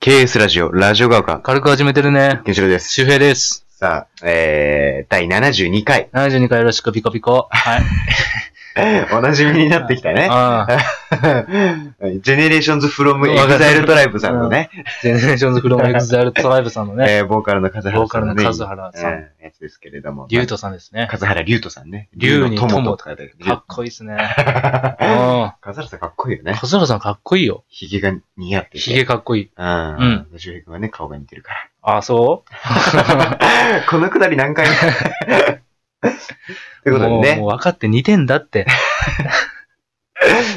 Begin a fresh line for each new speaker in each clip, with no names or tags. KS ラジオ、ラジオが丘、
軽く始めてるね。
ケンシロウです。
周平です。
さあ、えー、第72回、
72回よろしく、ピコピコ。はい。
おなじみになってきたね。
ああ、
ジェネレーションズ・フロム・エグザイル・トライブさんのね、
ジェネレーションズ・フロム・エグザイル・トライブさんのね、
えーボーカルの風
ボ
原
ーカ
さ
ル
ん
の
ね
数原さん、
うんやつですけれども。
リュウトさんですね。
風原龍斗さんね。
龍に
龍
友
の
と
友とかで。
かっこいいですね。
風
あ
原さんかっこいいよ
あ、
ね。
数原さんかっこいいよ。
ひげが似合ってて。
ひげかっこいい。
うん。
う
うん。周平君はね、顔が似てるか
ああ、そう
ら。 このくだり何回 目ということで
もうも
ね
う。分かって似てんだって。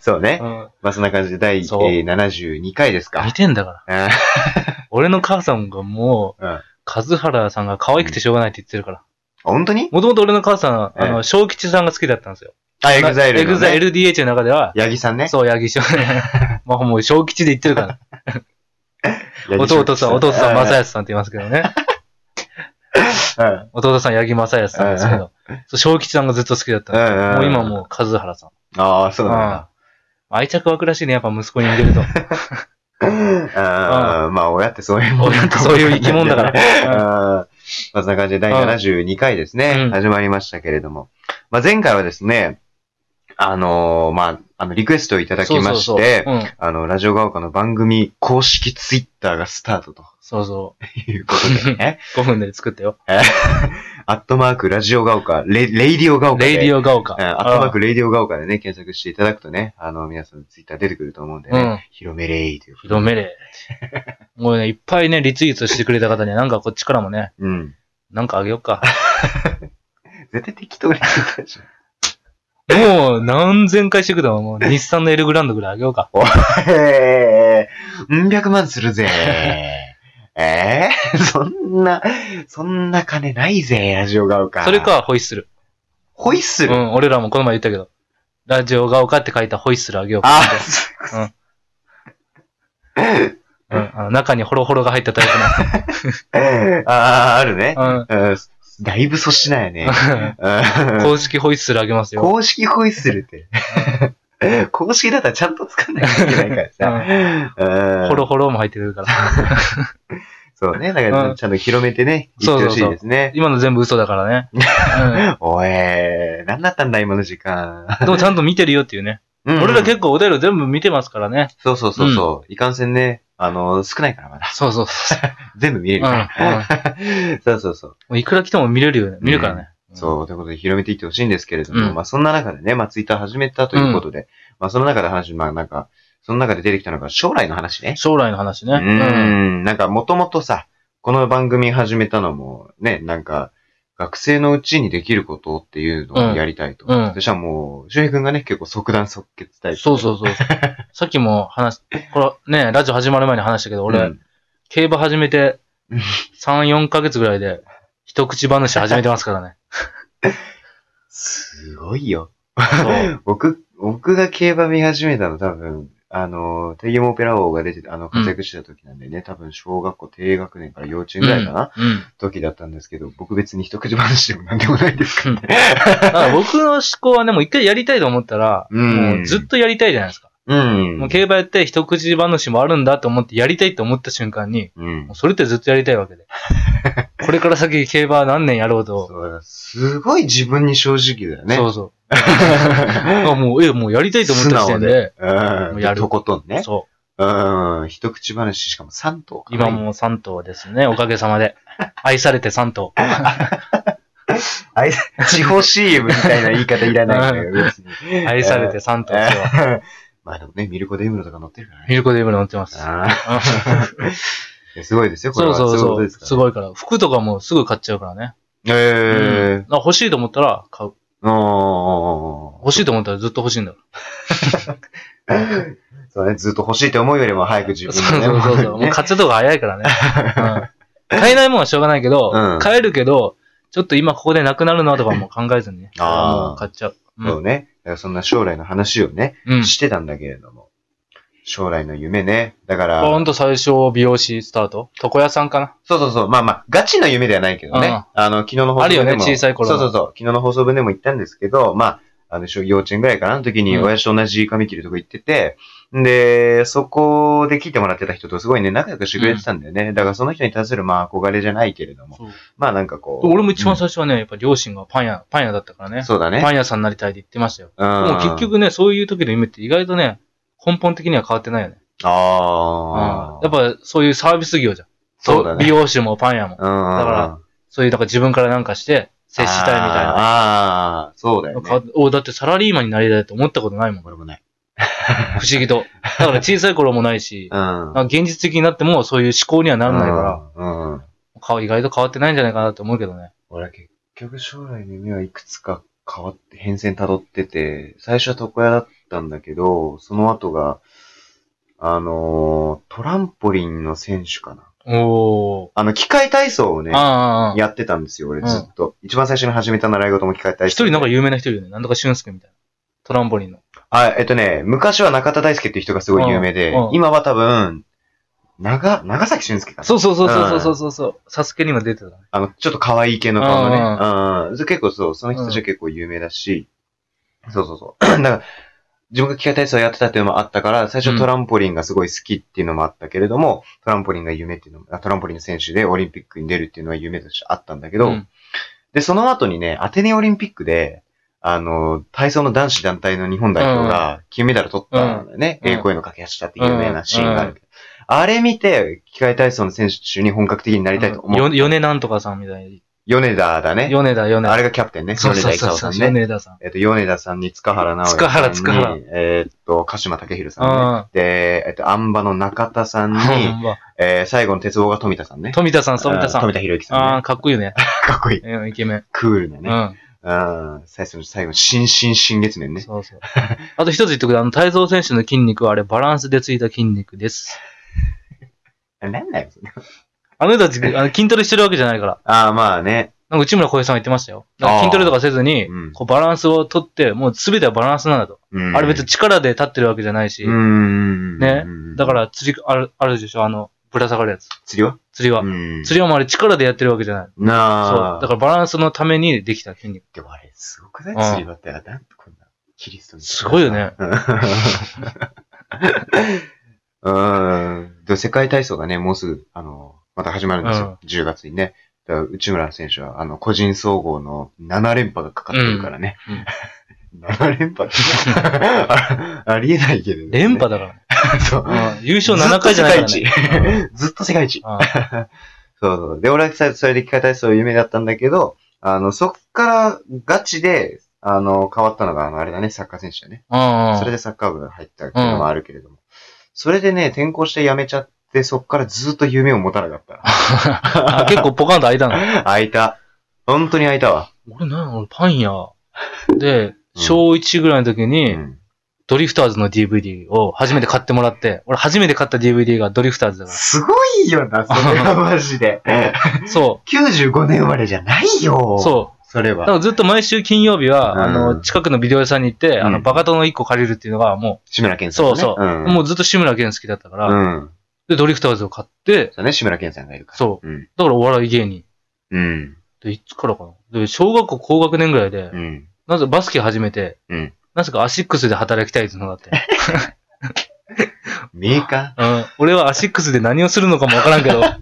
そうね
う。ん
まあそんな感じで第、え
そう
ー72回です
似
か。
てんだから。
うん
俺の母さんがもう
うん、
数原さんが可愛くてしょうがないって言ってるから。
本当に
もともと俺の母さん、
ええ
あの、小吉さんが好きだったんですよ。
あ、エグザイル。
エグザイ。ル DH の中では、
八木さんね。
そう、八木翔。 まあもう小吉で言ってるから。
八木翔
弟さん、弟さん、
う
正康さんって言いますけどね。
うん
弟さん、八木正康さんですけど。そう小吉さんがずっと好きだったんですけど
うんうん
もう今もう、数原さん。
ああ、そううんなんだ。
愛着湧くらしいね、やっぱ息子に似てると。
あーまあ、親ってそういうもん
親ってそういう生き物だか ら
ら。うんまあ、そんな感じで第72回です
う
ね
ん。
始まりましたけれども。まあ、前回はですね、あのー、まあ、あの、リクエストをいただきま
そ
し
うそう
て、
そう。うん。
あの、ラジオが丘の番組公式ツイッターがスタートと
そうそう。
いうことでね、
5分で作ったよ。
アットマークラジオが丘、レレイディオが丘で。
レイディオが丘。
えーアットマークレイディオが丘でね、検索していただくとね、あの、皆さんのツイッター出てくると思うんでね、
うん
広めれいということで。
広めれ。もうね、いっぱいね、リツイートしてくれた方には、なんかこっちからもね、
うん。
なんかあげようか。
絶対適当に 言ってたじゃん。
もう、何千回してくれたもう、日産のエルグランドぐらいあげようか。
えー、うん百万する ぜ。えー、そんな、そんな金ないぜ、ラジオが丘。
それ。か、ホイッスル。
ホイッスル。
うん、俺らもこの前言ったけど、ラジオが丘って書いたホイッスルあげようか。
あ、す
うん、あの中にホロホロが入ったタイプ
あー、あるね。
の。
うんだいぶ粗品や ね。
うん。公式ホイッスルあげますよ。
公式ホイッスルって。 公式だったらちゃんと使わないといけないからさ。うん
ホロホロも入ってくるから。
そうね。だから、
うん
ちゃんと広めてね、
そ
言
う
って
そう
ほしいですね。
今の全部嘘だからね。う
おえー、何だったんだ、今の時間。
ん、でもちゃんと見てるよっていうね。
うん
俺ら結構お便り全部見てますからね。
そうそうそうそう、いかんせんね、あの、少ないからまだ。
そうそうそう。
全部見れる
うん。
か
うん
ら。そうそうそう。
もういくら来ても見れるよね。見るからね。
そう、ということで広めていってほしいんですけれども、
うん
まあそんな中でね、まあツイッター始めたということで、まあその中で話、まあなんか、その中で出てきたのが将来の話ね。
将来の話ね。
うーん、なんかもともとさ、この番組始めたのも、ね、なんか、学生のうちにできることっていうのをやりたいと。
うんうん
そしたらもう、周平くんがね、結構即断即決タイプ。
そうそう そう。さっきも話、これね、ラジオ始まる前に話したけど、俺、
うん
競馬始めて
うん、
3、4ヶ月ぐらいで、一口話始めてますから ね。
すごいよ。
そう。
僕、僕が競馬見始めたの多分、あの、テイエモオペラ王が出てた、あの、活躍してた時なんでね、多分小学校低学年から幼稚園ぐらいかな、
うん。
時だったんですけど、僕別に一口話でもなんでもないですからね。
だから僕の思考はね、もう一回やりたいと思ったら、
うん
もうずっとやりたいじゃないですか。
うん。
もう競馬やって一口話もあるんだと思ってやりたいと思った瞬間に、
うん
もう。それってずっとやりたいわ けで。これから先競馬何年やろうと。
そうだからすごい自分に正直だよね。
そうそう。あもう、え、 もうやりたいと思った時点で、
うん。
やる
とことんね。
そ
うん。一口話しかも3頭
う。今。も3頭ですね、おかげさまで。愛されて3頭。
あい地方 CM みたいな言い方いらないん だけど、別に。
愛されて3頭ですよ。
うん。まあでもね、ミルコ・デイムロとか乗ってるからね。
ミルコデイブラ乗ってます。
あーすごいです よ、これ
そう
は。
そう
いこ
そ
と
う。
です
す
からね。
ごいから。服とかもすぐ買っちゃうからね。
え
うんだから欲しいと思ったら買う。
ー。おー
欲しいと思ったらずっと欲しいんだ
そうね、ずっと欲しいと思うよりも早く自
そう
分
そ
でね
うそうそう。 もう
ね
買っちゃった方が早いか らね。うん買えないもんはしょうがないけど
うん、
買えるけど、ちょっと今ここでなくなるなとかも考えずにね。
あー
もう買っちゃう。う。
そうんね。だからそんな将来の話をね、
うん。
してたんだけれども。将来の夢ね。だから、
ほんと最初美容師スタート床屋さんかな
そうそうそう。まあまあ、ガチの夢ではないけどね。
うん
あの、昨日の放送分でも。
あるよね小さい頃
そ
の
うそうそう。昨日の放送分でも言ったんですけど、まあ、あの、小幼稚園ぐらいかなの時に、
うん
親父と同じ髪切るとこ行ってて、で、そこで聞いてもらってた人とすごいね、仲良くしてくれてたんだよね。だからその人に対する、まあ、憧れじゃないけれども、
そう
まあなんかこう。
俺も一番最初はね、やっぱ両親がパン屋、パン屋だったからね。
そうだね。
パン屋さんになりたいって言ってましたよ。で
うん
も結、局ね、そういう時の夢って意外とね、根本的には変わってないよね。うん
ああ、
やっぱそういうサービス業じゃん。
そうだね
美容師もパン屋も。
うんうんうん。
だからそういうなんか自分からなんかして、接したいみたいな。
ああ、そうだよ
変わ
ね。
っおだってサラリーマンになりたいと思ったことな いもん。不
俺もない。
思議と。だから小さい頃もないし、
うん。
なんか現実的になってもそういう思考にはならないから、
ら。うん。
顔意外と変わってないんじゃないかなと思うけどね。
俺は結局将来の夢はいくつか変わって、変遷辿ってて、最初は床屋だったんだけど、その後が、あのートランポリンの選手かな。
お
あの、機械体操をね
ー。、ああ。
やってたんですよ、俺
うん
ずっと。一番最初に始めた習い事も機械体
一
操。
人なんか有名な人いるよね。なんとか俊介みたいな。トランポリンの。
あ、えっとね、昔は中田大輔っていう人がすごい有名で
うんう、ん
今は多分、長、長崎俊介かな。
そうそうそうそうそうそうそう。サスケにも出てたね。
あの、ちょっと可愛い系の顔のね。
う
うん。それ結構そう、その人たちは結構有名だし、そうそうそう。 だから、自分が機械体操やってたっていうのもあったから、最
う
初
ん
トランポリンがすごい好きっていうのもあったけれども、トランポリンが夢っていうのも、あトランポリンの選手でオリンピックに出るっていうのは夢としてあったんだけど、
うん
で、その後にね、アテネオリンピックで、あの、体操の男子団体の日本代表が金メダル取ったんだよね。
うん
栄光への駆け足だって有名なシーンがあるけど。あれ見て、機械体操の選手に本格的になりたいと思
よ
う。
米なんとかさんみたいに。
米田だね。
米田、米田。
あれがキャプテンね。
そうそう
米田
そう
功
そ
さ
う。
んね。
米田さん。
えっと、米田さんに塚原直哉さんに。
塚原塚原
えーっと、鹿島武弘さんね。
あ
で、えっと、アンバの中田さんに、
あ。ほ んま
えー最後の鉄棒が富田さんね。
富田さん、富田さ
あ
ん。
ー富田博之さん
あ
ね
あ、。かっこいいよね。
かっこいい。
うんイケメン。
クールな
う
ね。
ん。
うん。最初の最後、新新新月面ね。
そうそう。あと一つ言ってくれ。あの、体操選手の筋肉はあれ、バランスでついた筋肉です。
なんだよ、それ。
あの人 たち、あの筋トレしてるわけじゃないから。
ああ、まあね。
なんか内村小平さんは言ってましたよ。なんか筋トレとかせずに
うん、
こうバランスをとって、もう全てはバランスなんだと。
うん
あれ別に、力で立ってるわけじゃないし
う。ん。
ね
うん
だか、ら、釣り、ある、あるでしょあの、ぶら下がるやつ。
釣りは
釣りは。
ん
釣りはもうあれ力でやってるわけじゃない。
りな
そう
あ。。
だからバランスのためにできた筋肉。
でもあれ、すごくない
うん
釣り場って、あ、なんとこんな、キリストみた
すごいよね。
うん うん。で、世界体操がね、もうすぐ、あの、また始まるんですよ。10月にね。だから内村選手は、あの、個人総合の7連覇がかかってるからね。7 連覇ってあ ありえないけれど、ね。
連覇だからね。
そう。
うん優勝7回じゃないから
ずっと。
ね
世界一。ずっと世界一。
うん
そうそう。で、俺はさそれで機械体操夢だったんだけど、あの、そっからガチで、あの、変わったのが、あの、あれだね、サッカー選手だね。
うんうん
それでサッカー部入ったっていうのもあるけれども。それでね、転校して辞めちゃって、そっからずっと夢を持たなか っ
あ結構ポカンと開いたの。
た。開いた。本当に開いたわ。
俺なん俺パン屋。で、
うん
小1ぐらいの時
う
に、
ん。
ドリフターズの DVD を初めて買ってもらって、俺初めて買った DVD がドリフターズだか
すごいよな、それはマジ で。
ら。そ
95年生まれじゃないよ。
う。
う。
そう。
それ
だか
は。
らずっと毎週金曜日は、
うん
あの、近くのビデオ屋さんに行って、あ
う
の、
ん
バカ殿1個借りるっていうのがも
志村けんさん、ね。
そうそう
うん
う、。もうずっと志村けん好きだったから、
うん。
で、ドリフターズを買って、
そうね、志村けんさんがいるから。
そう。
うん。
だからお笑い芸人。
うん。
で、いつからかな。で、小学校高学年ぐらいで、
うん。
なぜバスケ始めて、
うん
なぜかアシックスで働きたいっていうのがあって。
メーカ
うん。俺はアシックスで何をするのかもわからんけ ど、
ー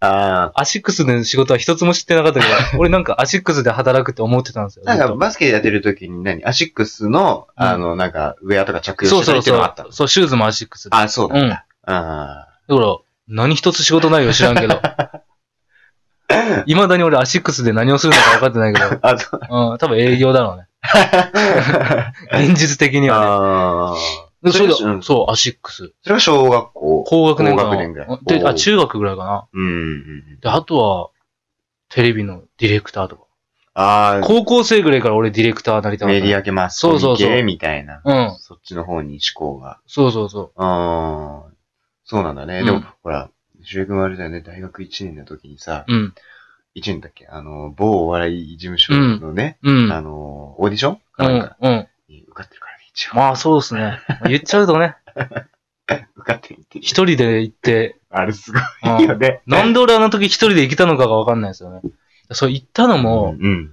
あ
アシックスの仕事は一つも知ってなかったけど、俺なんかアシックスで働くって思ってたんですよ。
あ。なん
ず
か、
っ
バスケやってる時に何アシックスの、
うん
あの、なんか、ウェアとか着
と
用
そう
して
そ
る
う
って
そ
いうのがあった
う。そう、シューズもアシックスで。
あ、そう
う
だ。
ん。だか
あ
ら、何一つ仕事ないよ知らんけど。未だに俺アシックスで何をするのか分かってないけど、
あ。あ、 そう。
うん、多分営業だろうね。現実的には
ああ。
ね。でそれで
それうん
そう、アシックス。
それは小学校。
高学年か
高
な。
学年ぐらい
で、
お
あ、
う
中学ぐらいかな。
うんうんうん。
で、あとは、テレビのディレクターとか。
あ
高校生ぐらいから俺ディレクターになりた
あ、
かった。
メディア系マス
そ
コ
うそう
ミ
そう
系みたいな。
うん。
そっちの方に思考が。
そうそうそう。
ああ。そうなんだね。
うん
でも、ほら、主役もあれだよね、大学1年の時にさ、
うん。
1年だっけあの、某お笑い事務所のね、
うん。
あの、オーディション
う
かなん
ん
か。
うん。
に受かってるからね、一応。
まあそうです ね。言っちゃうとね、
受かってるっていう。
一人で行って、
あれすご
う
いよ
ん
ね。
なんで俺あの時一人で行けたのかがわかんないですよね。そう、行ったのも、
うん。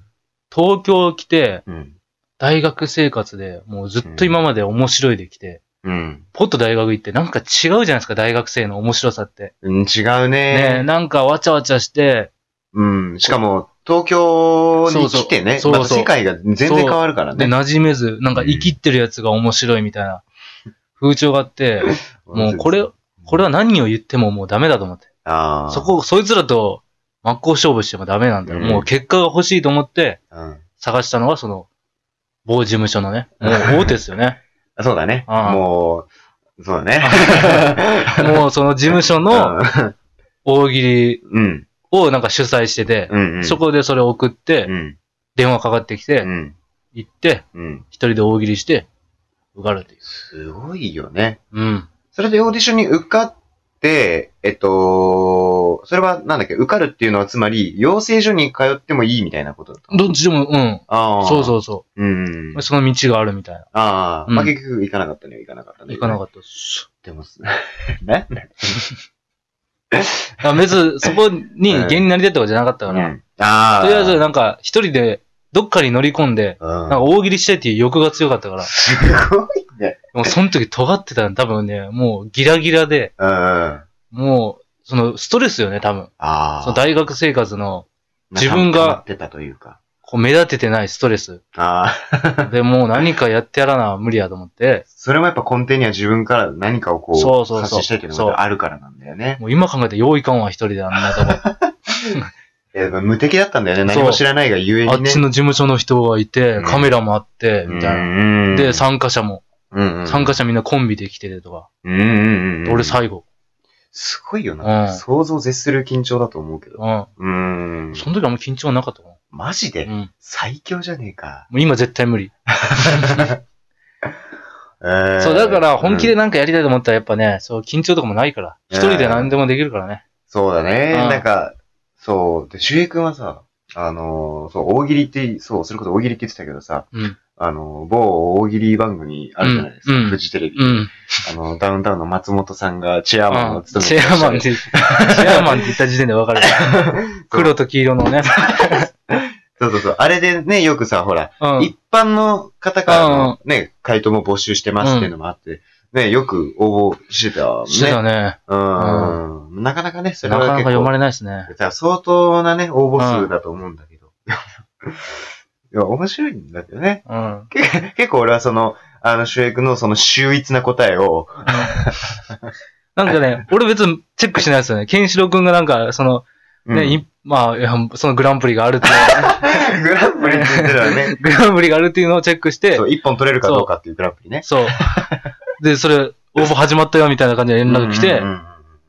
東京来て、
うん。
大学生活でもうずっと今まで面白いできて、
うん。
ポッと大学行ってなんか違うじゃないですか、大学生の面白さって。
うん、違う
ねえ、
ね。
なんかわちゃわちゃして、
うん。しかも、東京に来てね、
そうそう
また世界が全然変わるから
で、
ね。
馴染めず、なんか生きってるやつが面白いみたいな風潮があって、もうこれ、これは何を言ってももうダメだと思って。
ああ。
そこ、そいつらと真っ向勝負してもダメなんだよ。
うん
もう結果が欲しいと思って
うん。
探したのがその、某事務所のね、もう大手です よね。
そうだね。
ああ
もう、そうだね。
もうその事務所の大喜利
うん、
をなんか主催してて、
うん。うん。
そこでそれを送って
う、ん。
電話かかってき
う
て、
ん。
行って、
うん。
一人で大喜利して、受かるっていう。
すごいよね。
うん。
それでオーディションに受かって、えっと、それはなんだっけ、受かるっていうのはつまり、養成所に通ってもいいみたいなことだったの
どっちでも、うん。
ああ。。
そうそううそ
うん
う。。その道があるみたいな。
ああ、
うん
まあ、結局行かなかったね、行かなかったね。
行かな
っ
かったっす。
た。でも、 なんだ
あ 別に、そこに芸人になりたいとかじゃなかった
ろ
か
う
ら、
な。ああ。
とりあえず
な
なんか一人でどっかに乗り込んで、なんか
んか、
大喜利したいっていう欲が強かっ たから、
すごい。
もうその時尖ってたの多分ね、もうギラギラで、
うん。あ
もう、そのストレスよね、多分。
あ。
その大学生活の、
中
自分が
溜まってたというか。
こう目立ててないストレス。
ああ。
で、もう何かやってやらな無理やと思って、
それもやっぱ根底には自分から何かをこう、
そうそうそう
発信したいっていうのがあるからなんだよね。
もう今考えて用意感は一人であん なとこ。
やっぱ無敵だったんだよね。
そう
何も知らないがゆえ
あ
に
っ
ね。
ちの事務所の人がいて
うん、
カメラもあって、みたいな。
な
で、参加者も、
うんうん、
参加者みんなコンビで来ててとか。
うんうんうん。
俺最後。
すごいよな。
うん
想像を絶する緊張だと思うけど。
うん。
うん。
その時あんま緊張なかったかな。
マジで、
うん。も
最強じゃねえか。
う今絶対無理。
えー
そう、だから本気で、なんかやりたいと思ったらやっぱね、そう、緊張とかもないから。
うん
一人で何でもできるからね。
そうだね。
うん
なんか、そう。で、周平君はさ、あのー、そう、大喜利って、そう、それこそ大喜利って言ってたけどさ、
うん。
あのー、某大喜利番組あるじゃないですか。
うんうん
フジテレビ。
うん。
あの、ダウンタウンの松本さんがチェアマンを
うん
務
チ
めて
ェ
ら
ア
っしゃ
マン
る
って、 チェアマンって言った時点でわかる。黒と黄色のね。
そうそうそう。あれでね、よくさ、ほら、
うん。
一般の方からのね、回答も募集してます
うん
っていうのもあって、ね、よく応募してたもんね。
してたね。
うん。なかなかね、そ
な
れ
か
は
な
結
か
構。
読まれないですね。
だから相当なね、応募数だと思うんだけど。 いや、面白いんだけどね。
うん。
結構俺はその、あの、主役のその秀逸な答えを、
なんかね、俺別にチェックしないですよね。ケンシロウ君がなんか、その、
う
ね、
ん
いまあいや、そのグランプリがあるってい う
グランプリって言ってたらね、
グランプリがあるっていうのをチェックして
そ、う、一本取れるかどうかっていうグランプリね。
そう。で、それ、応募始まったよみたいな感じで連絡来て
うんう、んうん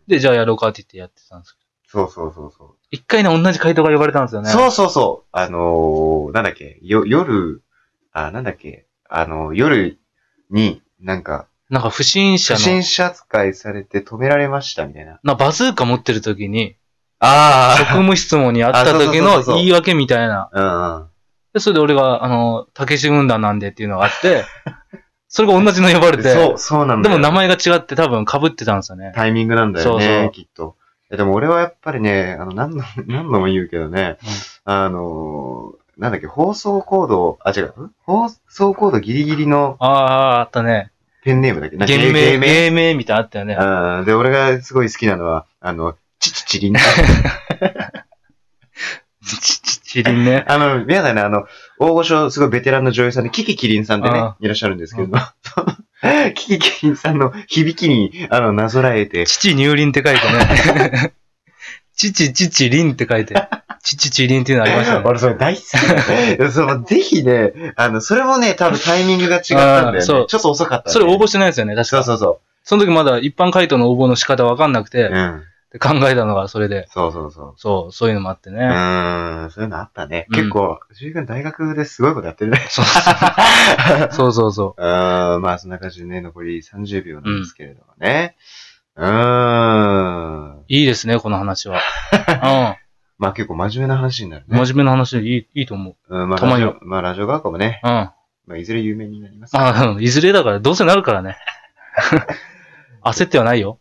で、じゃあやろうかって言ってやってたんですけど。
そうそうそうそ
一回ね、同じ回答が呼ばれたんですよ
う、
ね。
そうそうそう。あのー、なんだっけ、よ、夜、あ、なんだっけ、あのー夜に、なんか、
なんか不審者
不
の
審、者扱いされて止められましたみたいな。
なバズーカ持ってる時に、 職
あ
務質問にあった時
あそうそうそ
の
うそう
言い訳みたいな。
あ。うんうん。
で、それで俺が、あの、たけし軍団なんでっていうのがあって、 それが同じの呼ばれて、
そう、そうなん
で
だよ。
も名前が違って多分被ってたんですよね。
タイミングなんだよね、
そうそう
きっと。いやでも俺はやっぱりね、あの、 何度も、何度も言うけどね、
うん
あのー、なんだっけ、放送コード、あ、違う、ん放送コードギリギリの
ああ、あったね。
ペンネームだっけな
芸
芸
名、芸名みたいなのあったよね。
うんで、俺がすごい好きなのは、あの、チチチリン。
ちちちちりんね。
あの、皆さんね、あの、大御所、すごいベテランの女優さんで、キキキリンさんでね
あ、
いらっしゃるんですけど、 キキキリンさんの響きに、あの、なぞらえて、
父乳輪って書いてね。 父、父、輪って書いて。父、父、輪っていうのあり ま したね。
俺それ大好き だねそう。ぜひね、あの、それもね、多分タイミングが違ったんだ
あーそ
よ
う
ね。ちょっと遅かった、ね。
それ応募
し
してないですよね、確
そう
か。
そうそ
その時まだ一般回答の応募の仕方わかんなく
う。
て
う、ん。
で考えたのがそれで。
そうそうそう。
そう、そういうのもあって
う
ね。
ーん、そういうのあったね。
うん
結構、藤井君大学ですごいことやってるね。
そう そうそうそう
ーん、まあそんな感じでね、残り30秒なんですけれどもね。うーん
う。。いいですね、この話 は。
まあ結構真面目な話になる
うん。
ね。
真面目な話でいい、いいと思う。
うん、まあ
たま
ラ
に
ジ
は
オ、まあラジオ学校もね、
うん。ま
まあいずれ有名になりますから。
あ、うんいずれだから、どうせなるからね。 焦ってはないよ。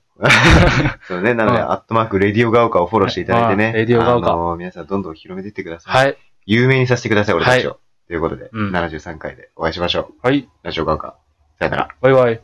そうね、なので、
うん
アットマーク、レディオガオカをフォローしていただいてね。
うんレディオガオカ
あのー皆さんどんどん広めていってください。
はい。
有名にさせてください、俺たちを。ということで、
うん
73回でお会いしましょう。
はい。
ラジオガウカ。さよなら。
バイバイ。